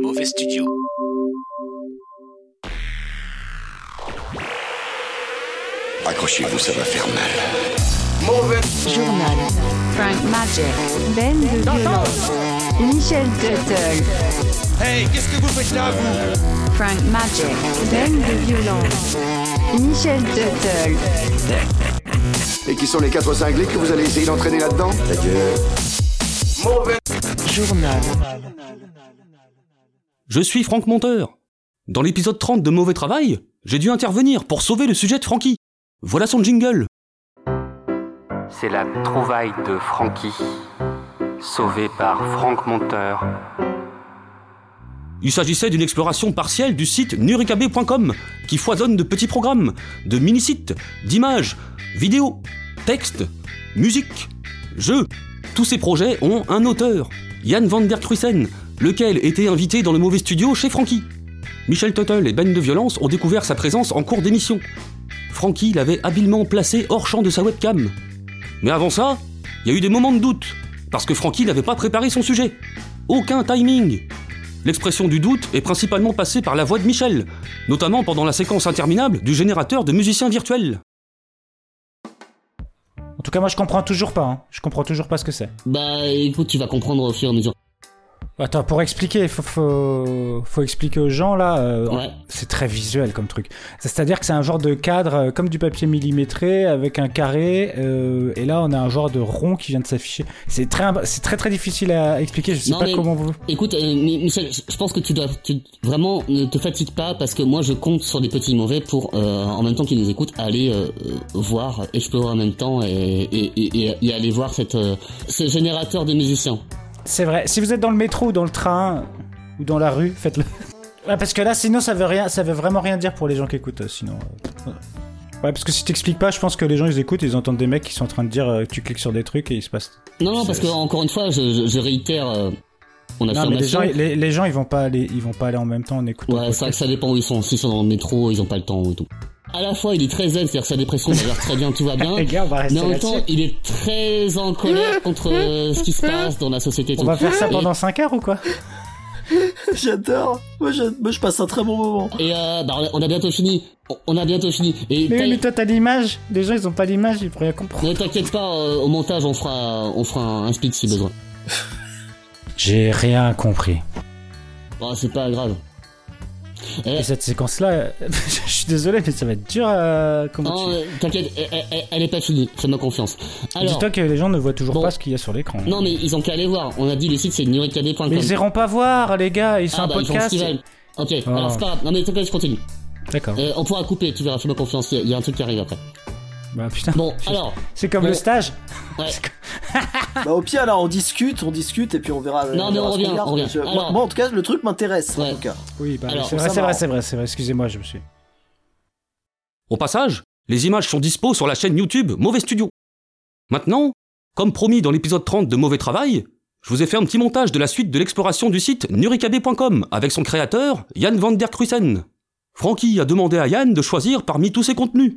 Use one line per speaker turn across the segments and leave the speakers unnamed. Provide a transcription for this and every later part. Mauvais Studio.
Accrochez-vous, ça va faire mal.
Journal. Frank Magic. Ben de violence. Michel Tuttle.
Hey, qu'est-ce que vous faites là, vous
Frank Magic. Ben de violence. Michel Tuttle.
Et qui sont les quatre cinglés que vous allez essayer d'entraîner là-dedans
Je suis Franck Monteur. Dans l'épisode 30 de Mauvais Travail, j'ai dû intervenir pour sauver le sujet de Francky. Voilà son jingle.
C'est la trouvaille de Frankie, sauvée par Franck Monteur.
Il s'agissait d'une exploration partielle du site nurikabe.com, qui foisonne de petits programmes, de mini-sites, d'images, vidéos, textes, musique, jeux. Tous ces projets ont un auteur, Yann van der Kruisen, lequel était invité dans le mauvais studio chez Frankie. Michel Tuttle et Ben de Violence ont découvert sa présence en cours d'émission. Frankie l'avait habilement placé hors champ de sa webcam. Mais avant ça, il y a eu des moments de doute, parce que Frankie n'avait pas préparé son sujet. Aucun timing. L'expression du doute est principalement passée par la voix de Michel, notamment pendant la séquence interminable du générateur de musiciens virtuels.
En tout cas, moi, je comprends toujours pas. hein. Je comprends toujours pas ce que c'est.
Bah écoute, tu vas comprendre au fur et à mesure.
Attends, pour expliquer, faut, faut, faut expliquer aux gens là. euh,
Ouais.
C'est très visuel comme truc. C'est-à-dire que c'est un genre de cadre euh, comme du papier millimétré avec un carré. euh, et là, on a un genre de rond qui vient de s'afficher. C'est très, imb- c'est très très difficile à expliquer. Je sais
Non,
pas
mais-
comment vous.
Écoute, euh, Mi- Michel, je je pense que tu dois tu- vraiment ne te fatigue pas parce que moi je compte sur des petits mauvais pour, euh, en même temps qu'ils nous écoutent, aller euh, euh, voir, explorer en même temps et, et, et- et- et aller voir cette, euh, ce générateur de musiciens.
C'est vrai. Si vous êtes dans le métro ou dans le train ou dans la rue, faites-le. Ouais, parce que là, sinon, ça veut rien, ça veut vraiment rien dire pour les gens qui écoutent. euh, Sinon. euh. Ouais, parce que si t'expliques pas, je pense que les gens ils écoutent, ils entendent des mecs qui sont en train de dire euh, tu cliques sur des trucs et il se passe
Non, non,
C'est-
parce que encore une fois, je, je- je réitère euh, mon
Non, mais les
affirmation.
gens, les, les gens, ils vont pas aller, ils vont pas aller en même temps en écoutant. le
Ouais, c'est vrai que
podcast.
ça dépend où ils sont. S'ils sont dans le métro, ils ont pas le temps et tout. À la fois, il est très zen, c'est-à-dire que sa dépression va dire très bien, tout va bien.
Les gars, on va rester
Mais en même
Ah, là-dessus.
temps, il est très en colère contre euh, ce qui se passe dans la société. et
On
tout.
va faire ça
Et-
pendant 5 heures ou quoi
J'adore. Moi, je, moi, je passe un très bon moment.
Et euh, bah, on a- on a bientôt fini. On- On a bientôt fini. Et
Mais
t'as-
oui, mais toi, t'as l'image. Les gens, ils ont pas l'image, ils pourraient rien comprendre.
ne t'inquiète pas, euh, au montage, on fera, on fera un, un speed si besoin.
J'ai rien compris.
Bon, Oh, c'est pas grave.
Et cette séquence-là, je suis désolé, mais ça va être dur à
Non,
comment tu-
euh, t'inquiète, elle, elle- elle- elle est pas finie. Fais-moi confiance. Alors,
Dis-toi que les gens ne voient toujours
Bon.
pas ce qu'il y a sur l'écran.
non, mais ils ont qu'à aller voir. On a dit le site, c'est nurikd.com.
Mais ils iront pas voir, les gars. Ils sont
ah,
un
bah, ils font ce
podcast.
qu'ils veulent. Ok,
Ah.
alors c'est pas grave. Non, mais t'inquiète, je continue.
D'accord.
Euh, on pourra couper, tu verras, fais-moi confiance. Il y a- il y, a un truc qui arrive après.
Bah putain.
Bon,
C'est-
alors,
C'est comme
bon.
le stage.
ouais.
Bah, au pire, là, on discute, on discute, et puis on verra.
Non, mais
verra
on
ce
revient,
qu'on garde.
on revient.
Je- moi-
Alors-
moi, en tout cas, le truc m'intéresse.
Ouais.
En tout cas.
Oui, bah
Alors,
c'est
ça
vrai, c'est
marche.
vrai, c'est vrai, c'est vrai. Excusez-moi, je me suis.
Au passage, les images sont dispo sur la chaîne YouTube Mauvais Studio. Maintenant, comme promis dans l'épisode 30 de Mauvais Travail, je vous ai fait un petit montage de la suite de l'exploration du site nurikabe.com avec son créateur, Yann van der Kruisen. Francky a demandé à Yann de choisir parmi tous ses contenus.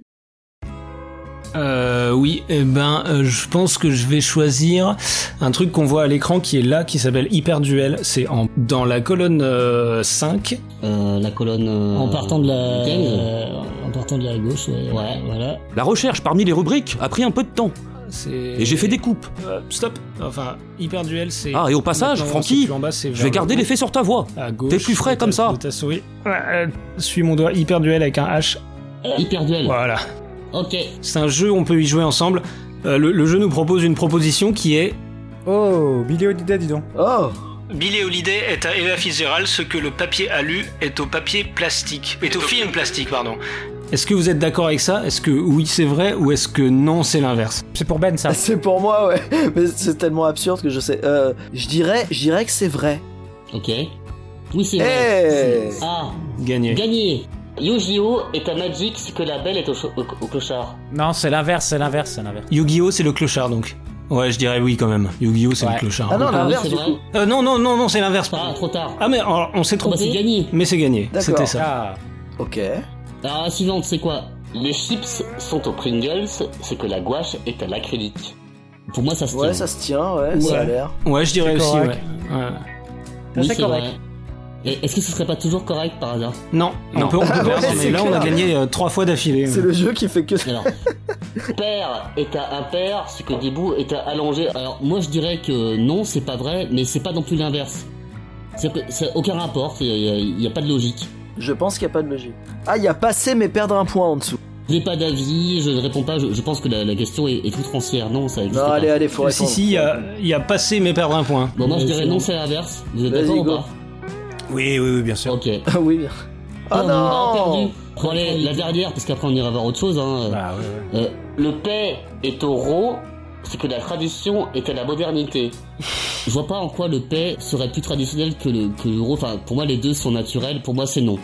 Euh, oui, eh ben, euh, je pense que je vais choisir un truc qu'on voit à l'écran qui est là, qui s'appelle Hyper Duel. C'est en dans la colonne euh, 5.
Euh, la colonne. en partant de la. en partant de la gauche, ouais. voilà.
La recherche parmi les rubriques a pris un peu de temps, et j'ai fait des coupes.
Euh, stop. Enfin, Hyper Duel, c'est.
Ah, et au passage,
Maintenant,
Francky,
c'est plus en bas, c'est
Je
vers
vais
le
garder
haut,
l'effet sur ta voix.
à gauche
T'es plus frais
de ta-
comme ça.
De ta souris. Euh, suis mon doigt. Hyper Duel avec un H.
Hyper duel.
Voilà.
Ok.
C'est un jeu, on peut y jouer ensemble. Euh, le- le jeu nous propose une proposition qui est
Oh, Billy Holiday, dis donc.
Oh,
Billy Holiday est à Ella Fitzgerald ce que le papier alu est au papier plastique, est, au, film plastique, pardon. Est-ce que vous êtes d'accord avec ça Est-ce que oui c'est vrai ou est-ce que non c'est l'inverse
C'est pour Ben ça.
Ah, c'est pour moi, ouais. Mais c'est tellement absurde que je sais. Euh, je dirais, je dirais que c'est vrai.
Ok. Oui, c'est
Eh
vrai. Ah,
Gagné.
gagné. Yu-Gi-Oh est à Magic ce que la belle est au, cho- au- au clochard.
Non, c'est l'inverse, c'est l'inverse, c'est l'inverse.
Yu-Gi-Oh c'est le clochard donc. Ouais je dirais oui quand même. Yu-Gi-Oh c'est
Ouais.
le clochard.
Ah non,
Ah, oui,
l'inverse,
c'est
du
vrai.
coup.
Euh, non non non non c'est l'inverse
Ah,
pardon.
trop tard.
Ah mais alors, on s'est
Oh, bah,
trompé.
c'est gagné.
mais c'est gagné.
D'accord.
C'était ça.
Ah.
Ok.
Alors, la suivante, c'est quoi Les chips sont aux Pringles c'est que la gouache est à l'acrylique. Pour moi, ça se tient.
Ouais, ça se tient, ouais, ça a
Ouais.
l'air.
Ouais je dirais
C'est
aussi. Ouais.
correct.
Ouais.
Oui,
c'est
c'est
correct.
vrai. Et est-ce que ce serait pas toujours correct par hasard
Non, on peut, on peut
Ah
pas,
ouais,
mais
c'est
là on a
clair.
gagné euh, trois fois d'affilée.
C'est le jeu qui fait que ça.
Alors, pair et à impair, c'est que des bouts est à allongé. Alors, moi je dirais que non, c'est pas vrai, mais c'est pas non plus l'inverse. C'est-à-dire que ça a aucun rapport, il n'y a, pas de logique.
Je pense qu'il n'y a pas de logique. Ah, il y a passé mais perdre un point en dessous.
Je n'ai pas d'avis, je ne réponds pas, je, je pense que la, la question est, est toute foncière. Non, ça existe
Non,
pas.
allez, allez, faut
Si,
répondre.
si, euh, il y a, il y a passé mais perdre un point.
Bon, moi je
Mais
dirais
sinon-
non, c'est l'inverse. Vous êtes
Vas-y,
d'accord ou
go.
pas
Oui, oui, oui, bien sûr.
Ok.
Ah oui, bien. Ah
Oh, on a
non
perdu. Bon, allez, la dernière, parce qu'après on ira voir autre chose.
Ah
Hein.
Bah, ouais, ouais.
Euh, le paix est au ro, c'est que la tradition est à la modernité. Je vois pas en quoi le paix serait plus traditionnel que le, que le ro. Enfin, pour moi, les deux sont naturels. Pour moi, c'est non.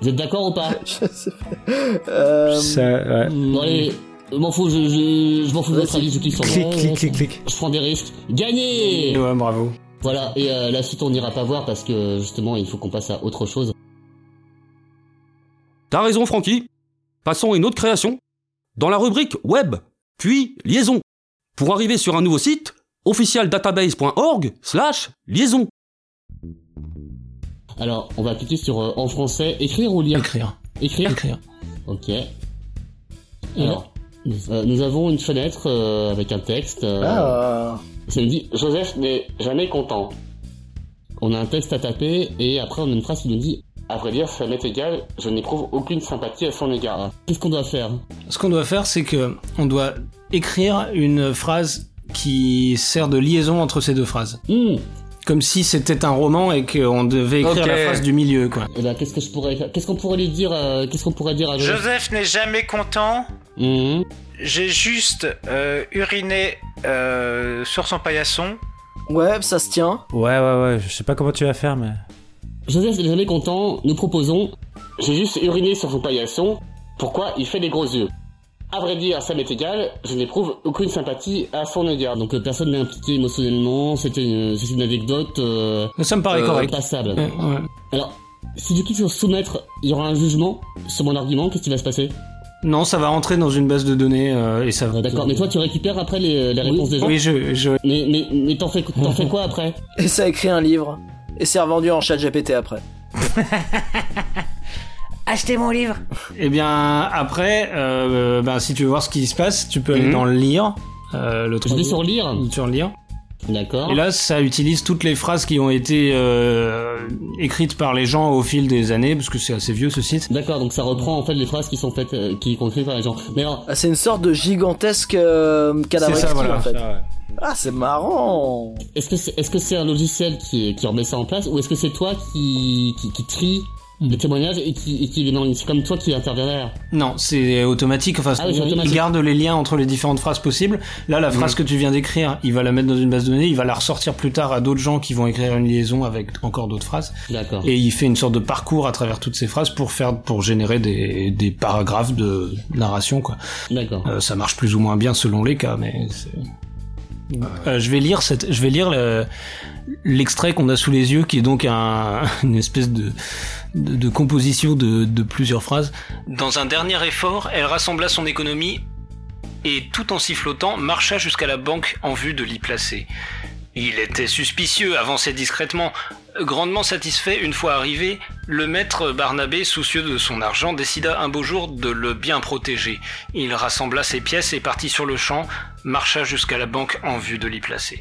Vous êtes d'accord ou pas
Je sais pas. Euh,
Ça, ouais.
Bon, allez, je m'en fous, je, je, je m'en fous de votre
Vas-y.
avis, je clique sur le
Clic,
Ouais,
clic,
ouais,
clic, clic.
Je prends des risques. Gagné
Ouais, bravo.
Voilà, et euh, la suite, on n'ira pas voir parce que justement, il faut qu'on passe à autre chose.
T'as raison, Francky. Passons à une autre création. Dans la rubrique Web, puis Liaison. Pour arriver sur un nouveau site, officialdatabase.org slash liaison.
Alors, on va cliquer sur euh, en français, écrire ou lire
Écrire.
Écrire
Écrire.
Ok. Alors, euh, nous avons une fenêtre euh, avec un texte. euh,
ah.
Ça nous dit Joseph n'est jamais content. On a un texte à taper et après on a une phrase qui nous dit À vrai dire, ça m'est égal, je n'éprouve aucune sympathie à son égard. Qu'est-ce qu'on doit faire
Ce qu'on doit faire, c'est que euh, on doit écrire une phrase qui sert de liaison entre ces deux phrases.
Hmm,
Comme si c'était un roman et qu'on devait écrire
Ok.
la phrase du milieu, quoi.
eh ben, qu'est-ce que je pourrais faire Qu'est-ce qu'on pourrait lui dire euh, Qu'est-ce qu'on pourrait dire à Joseph
Joseph n'est jamais content.
Hmm,
J'ai juste euh, uriné euh, sur son paillasson.
Ouais, ça se tient.
ouais, ouais, ouais, je sais pas comment tu vas faire, mais.
Joseph n'est jamais content, nous proposons J'ai juste uriné sur son paillasson, pourquoi il fait des gros yeux À vrai dire, ça m'est égal, je n'éprouve aucune sympathie à son égard. Donc euh, personne n'est impliqué émotionnellement, c'était une, c'est une anecdote euh,
Ça me paraît
Euh,
correct.
passable.
Ouais, ouais.
Alors, si tu cliques sur soumettre, il y aura un jugement sur mon argument, qu'est-ce qui va se passer
Non, ça va rentrer dans une base de données euh, et ça va.
Euh, D'accord, mais toi tu récupères après les, les réponses des gens.
Oui, je, je-
Mais, mais, mais t'en fais, t'en fais quoi après
Et ça écrit un livre. Et c'est revendu en chat GPT après.
Eh bien, après, euh, ben, si tu veux voir ce qui se passe, tu peux aller
Mhm.
dans lire. Euh, le
Je
truc
vais sur lire.
sur lire.
D'accord.
Et là, ça utilise toutes les phrases qui ont été euh, écrites par les gens au fil des années, parce que c'est assez vieux ce site.
D'accord, donc ça reprend en fait les phrases qui sont faites, euh, qui sont écrites par les gens. Mais alors,
Ah, c'est une sorte de gigantesque euh, cadavre
C'est ça,
écrit,
voilà.
en fait. Ah, c'est marrant.
est-ce que c'est, est-ce que c'est un logiciel qui, qui remet ça en place ou est-ce que c'est toi qui, qui, qui trie
Mm.
les témoignages et qui, et qui non, c'est comme toi qui intervient derrière.
Non, c'est automatique. Enfin,
Ah oui, c'est
c'est-à-dire, il
automatique.
garde les liens entre les différentes phrases possibles. Là, la phrase que tu viens d'écrire, il va la mettre dans une base de données, il va la ressortir plus tard à d'autres gens qui vont écrire une liaison avec encore d'autres phrases.
D'accord.
Et il fait une sorte de parcours à travers toutes ces phrases pour faire, pour générer des, des paragraphes de narration, quoi.
D'accord.
Euh, ça marche plus ou moins bien selon les cas, mais c'est- Euh, je vais lire cette, je vais lire le- l'extrait qu'on a sous les yeux, qui est donc un- une espèce de, de, de composition de, de plusieurs phrases. Dans un dernier effort, elle rassembla son économie et, tout en sifflotant, marcha jusqu'à la banque en vue de l'y placer. Il était suspicieux, avançait discrètement. Grandement satisfait, une fois arrivé, le maître Barnabé, soucieux de son argent, décida un beau jour de le bien protéger. Il rassembla ses pièces et partit sur le champ, marcha jusqu'à la banque en vue de l'y placer.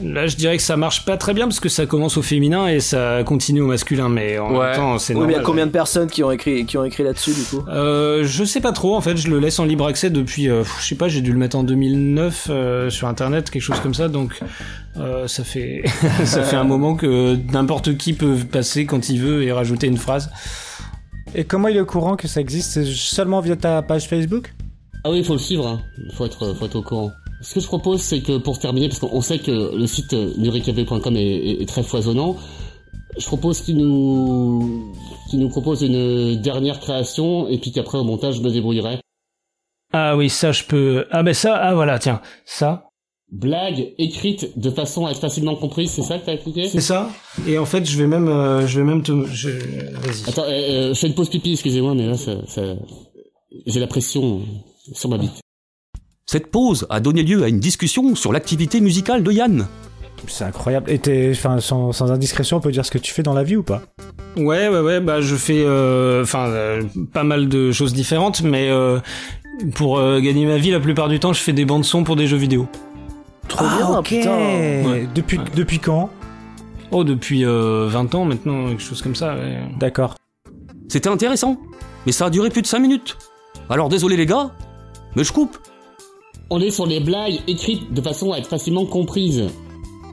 Là, je dirais que ça marche pas très bien parce que ça commence au féminin et ça continue au masculin, mais en
Ouais.
même temps, c'est
Oui, mais il y a
normal.
combien de personnes qui ont écrit, qui ont écrit là-dessus, du coup
Euh, je sais pas trop en fait, je le laisse en libre accès depuis, euh, pff, je sais pas, j'ai dû le mettre en 2009 euh, sur internet, quelque chose comme ça, donc euh, ça fait ça fait un moment que n'importe qui peut passer quand il veut et rajouter une phrase.
Et comment il est au courant que ça existe C'est seulement via ta page Facebook
Ah oui, il faut le suivre, hein. faut, être, faut être au courant. Ce que je propose, c'est que pour terminer, parce qu'on sait que le site euh, nurikv.com est, est- est très foisonnant, je propose qu'il nous, qu'il nous propose une dernière création, et puis qu'après au montage, je me débrouillerai.
Ah oui, ça je peux. Ah mais ça, ah voilà, tiens, ça.
Blague écrite de façon à être facilement comprise, c'est ça que t'as cliqué
C'est ça. Et en fait, je vais même, euh, je vais même te, je... vas-y.
Attends, euh, euh, je fais une pause pipi, excusez-moi, mais là, ça, ça- j'ai la pression sur ma bite.
Cette pause a donné lieu à une discussion sur l'activité musicale de Yann.
C'est incroyable. Et t'es- enfin, sans, sans indiscrétion, on peut dire ce que tu fais dans la vie ou pas
Ouais, ouais, ouais, bah je fais euh, enfin euh, pas mal de choses différentes, mais euh, pour euh, gagner ma vie, la plupart du temps, je fais des bandes son pour des jeux vidéo.
Trop
Ah,
bien,
ok.
putain.
Ouais.
Depuis, depuis quand
Oh, depuis euh, 20 ans maintenant, quelque chose comme ça. ouais.
D'accord.
C'était intéressant, mais ça a duré plus de 5 minutes. Alors désolé les gars, mais je coupe.
On est sur les blagues écrites de façon à être facilement comprise.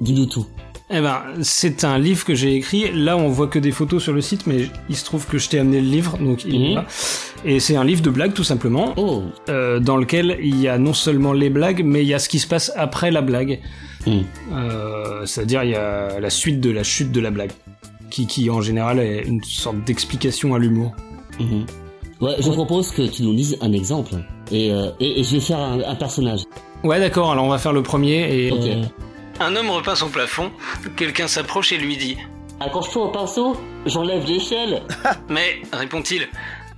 Dis-nous tout.
Eh ben, c'est un livre que j'ai écrit. Là, on voit que des photos sur le site, mais il se trouve que je t'ai amené le livre, donc il est
Mhm.
là. Et c'est un livre de blagues, tout simplement,
Oh,
euh, dans lequel il y a non seulement les blagues, mais il y a ce qui se passe après la blague.
Mhm.
Euh, C'est-à-dire, il y a la suite de la chute de la blague, qui, qui en général est une sorte d'explication à l'humour.
mhm. Ouais, je propose que tu nous lises un exemple. Et, euh, et, et je vais faire un, un personnage.
Ouais, d'accord, alors on va faire le premier et.
Ok.
Un homme repeint son plafond, quelqu'un s'approche et lui dit
Accroche-toi au pinceau, j'enlève l'échelle.
Mais, répond-il,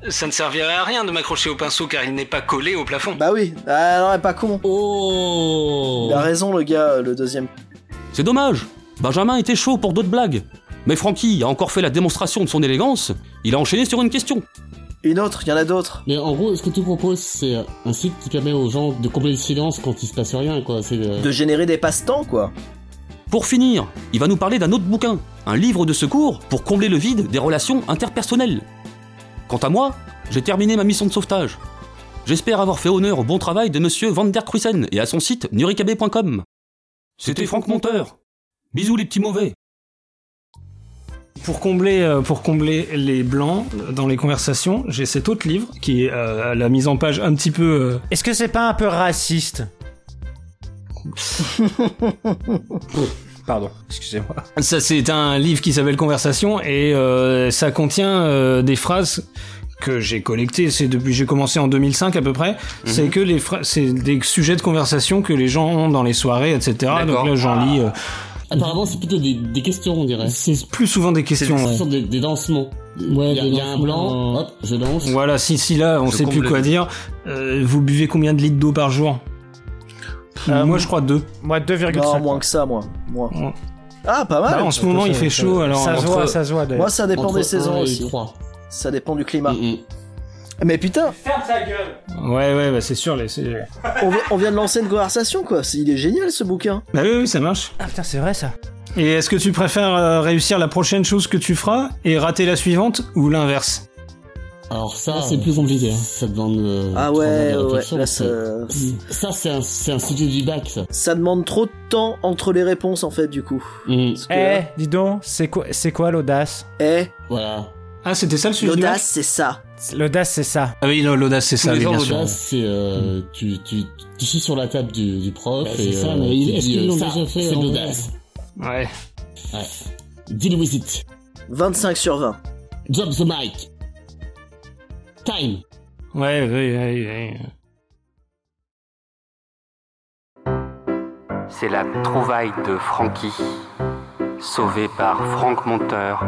ça ne servirait à rien de m'accrocher au pinceau car il n'est pas collé au plafond.
Bah oui, ah non, elle est pas con.
Oh
Il a raison, le gars, euh, le deuxième.
C'est dommage. Benjamin était chaud pour d'autres blagues. Mais Francky a encore fait la démonstration de son élégance. Il a enchaîné sur une question.
Une autre, il y en a d'autres.
Mais en gros, ce que tu proposes, c'est euh, un site qui permet aux gens de combler le silence quand il se passe rien, quoi. C'est euh,
De générer des passe-temps, quoi.
Pour finir, il va nous parler d'un autre bouquin, un livre de secours pour combler le vide des relations interpersonnelles. Quant à moi, j'ai terminé ma mission de sauvetage. J'espère avoir fait honneur au bon travail de monsieur Van der Cruyssen et à son site nurikabe.com. C'était Franck Monteur. Bisous les petits mauvais.
Pour combler, euh, pour combler les blancs dans les conversations, j'ai cet autre livre qui est euh, à la mise en page un petit peu. euh,
Est-ce que c'est pas un peu raciste Pardon, excusez-moi.
euh, ça, c'est un livre qui s'appelle Conversation et euh, ça contient euh, des phrases que j'ai collectées. C'est depuis j'ai commencé en 2005 à peu près. C'est que les phrases, c'est des sujets de conversation que les gens ont dans les soirées, etc. Donc là, j'en lis. euh,
Apparemment, c'est plutôt des, des questions, on dirait.
c'est plus souvent des questions.
Ce
ouais.
sont des, des dansements.
Ouais,
il y a,
des
il y a un
dansements.
blanc, hop, je danse.
Voilà, si, si là, on
Je
sait plus
comble.
quoi dire. Euh, vous buvez combien de litres d'eau par jour
Euh,
Moi, je crois deux.
Moi, 2,5.
Non, moins que ça, moi. Moi.
Ouais.
Ah, pas mal.
Là, Bah, en ce moment, il fait chaud, alors.
ça se
entre-
voit, ça se voit. d'ailleurs.
Moi, ça dépend
Entre
des
un
saisons
et
aussi.
trois.
Ça dépend du climat.
Mm, mm.
Mais putain,
Ouais, ouais, bah, c'est sûr. Les... c'est-
on, vi- on vient de lancer une conversation, quoi. C'est- Il est génial, ce bouquin.
Bah oui, oui, ça marche.
Ah putain, c'est vrai ça.
Et est-ce que tu préfères euh, réussir la prochaine chose que tu feras et rater la suivante ou l'inverse
Alors ça, c'est plus compliqué. hein. Ça demande. euh,
Ah
trois ans
ouais,
de
ouais.
réflexion,
Là,
ça.
ça, Mm.
Ça, c'est un, c'est un sujet du bac, ça.
ça demande trop de temps entre les réponses, en fait, du coup.
Mm,
Parce que,
Eh, dis donc, c'est quoi, c'est quoi l'audace
eh,
Voilà.
Ah, c'était ça le sujet du
l'audace,
match
c'est ça.
L'audace, c'est ça.
Ah oui, non, l'audace, c'est ça,
Tous
oui,
les ans,
bien sûr.
l'audace, Oh, c'est euh, tu, tu, tu chies sur la table du, du prof
Bah, c'est
et
ça,
euh,
mais
tu
est-ce
dis,
qu'ils
euh,
l'ont
ça,
déjà fait
C'est de
en vrai
l'audace.
Ouais.
Ouais. Deal with it.
25 sur 20.
Drop the mic. Time.
Ouais, ouais, ouais, ouais.
C'est la trouvaille de Francky, sauvée par Franck Monteur,